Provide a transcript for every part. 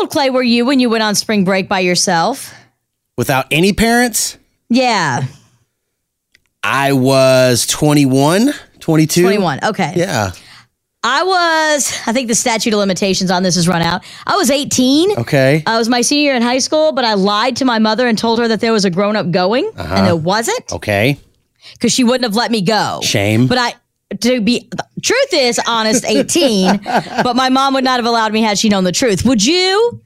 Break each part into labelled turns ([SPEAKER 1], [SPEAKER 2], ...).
[SPEAKER 1] old, Clay, were you when you went on spring break by yourself?
[SPEAKER 2] Without any parents,
[SPEAKER 1] Yeah.
[SPEAKER 2] I was 21, 22.
[SPEAKER 1] 21. Okay.
[SPEAKER 2] Yeah.
[SPEAKER 1] I was, I think the statute of limitations on this has run out. I was 18.
[SPEAKER 2] Okay.
[SPEAKER 1] I was my senior year in high school, but I lied to my mother and told her that there was a grown up going,
[SPEAKER 2] Uh-huh.
[SPEAKER 1] and there wasn't
[SPEAKER 2] okay.
[SPEAKER 1] because she wouldn't have let me go.
[SPEAKER 2] Shame.
[SPEAKER 1] But I, to be the truth is honest, 18, but my mom would not have allowed me had she known the truth. Would you?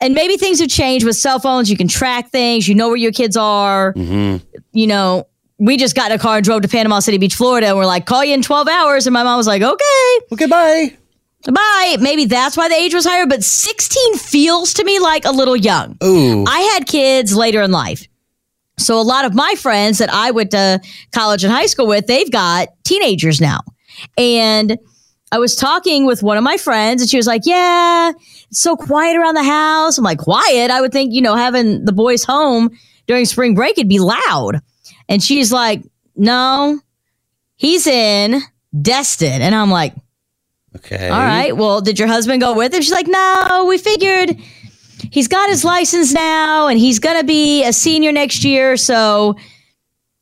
[SPEAKER 1] And maybe things have changed with cell phones. You can track things, you know where your kids are. You know, we just got in a car and drove to Panama City Beach, Florida, and we're like, call you in 12 hours. And my mom was like, okay.
[SPEAKER 2] Okay, bye.
[SPEAKER 1] Bye. Maybe that's why the age was higher, but 16 feels to me like a little young.
[SPEAKER 2] Ooh.
[SPEAKER 1] I had kids later in life. So a lot of my friends that I went to college and high school with, they've got teenagers now. And I was talking with one of my friends and she was like, "Yeah, it's so quiet around the house." I'm like, "Quiet? I would think, you know, having the boys home during spring break it'd be loud." And she's like, "No. He's in Destin." And I'm like,
[SPEAKER 2] okay.
[SPEAKER 1] all right. Well, did your husband go with him? She's like, no, we figured he's got his license now and he's going to be a senior next year. So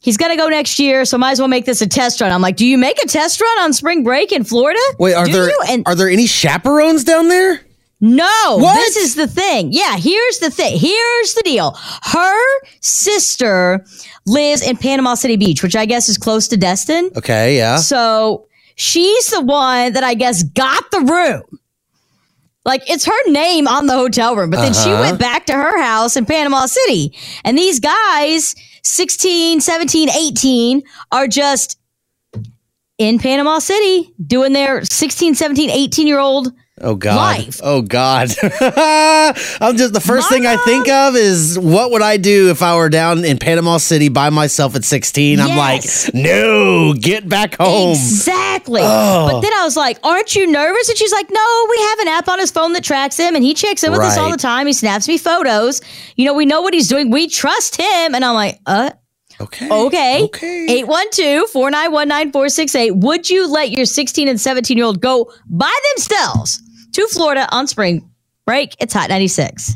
[SPEAKER 1] he's going to go next year. So might as well make this a test run. I'm like, do you make a test run on spring break in Florida?
[SPEAKER 2] Wait, are
[SPEAKER 1] do
[SPEAKER 2] there
[SPEAKER 1] you? And
[SPEAKER 2] are there any chaperones down there?
[SPEAKER 1] no,
[SPEAKER 2] What?
[SPEAKER 1] this is the thing. Yeah, here's the thing. Here's the deal. Her sister lives in Panama City Beach, which I guess is close to Destin.
[SPEAKER 2] Okay, yeah.
[SPEAKER 1] So she's the one that I guess got the room. Like it's her name on the hotel room, but then she went back to her house in Panama City. And these guys, 16, 17, 18, are just in Panama City doing their 16, 17, 18 year old.
[SPEAKER 2] Oh God.
[SPEAKER 1] Life.
[SPEAKER 2] Oh God. I'm just the first thing I think of is what would I do if I were down in Panama City by myself at 16? I'm
[SPEAKER 1] Yes.
[SPEAKER 2] like, no, get back home. Oh.
[SPEAKER 1] Exactly. But then I was like, Aren't you nervous? And she's like, No, we have an app on his phone that tracks him and he checks in with us all
[SPEAKER 2] Right.
[SPEAKER 1] the time. He snaps me photos. You know, we know what he's doing. We trust him. And I'm like, Uh,
[SPEAKER 2] Okay.
[SPEAKER 1] Okay.
[SPEAKER 2] Okay.
[SPEAKER 1] 812 491 9468. Would you let your 16 and 17 year old go by themselves to Florida on spring break? It's Hot 96.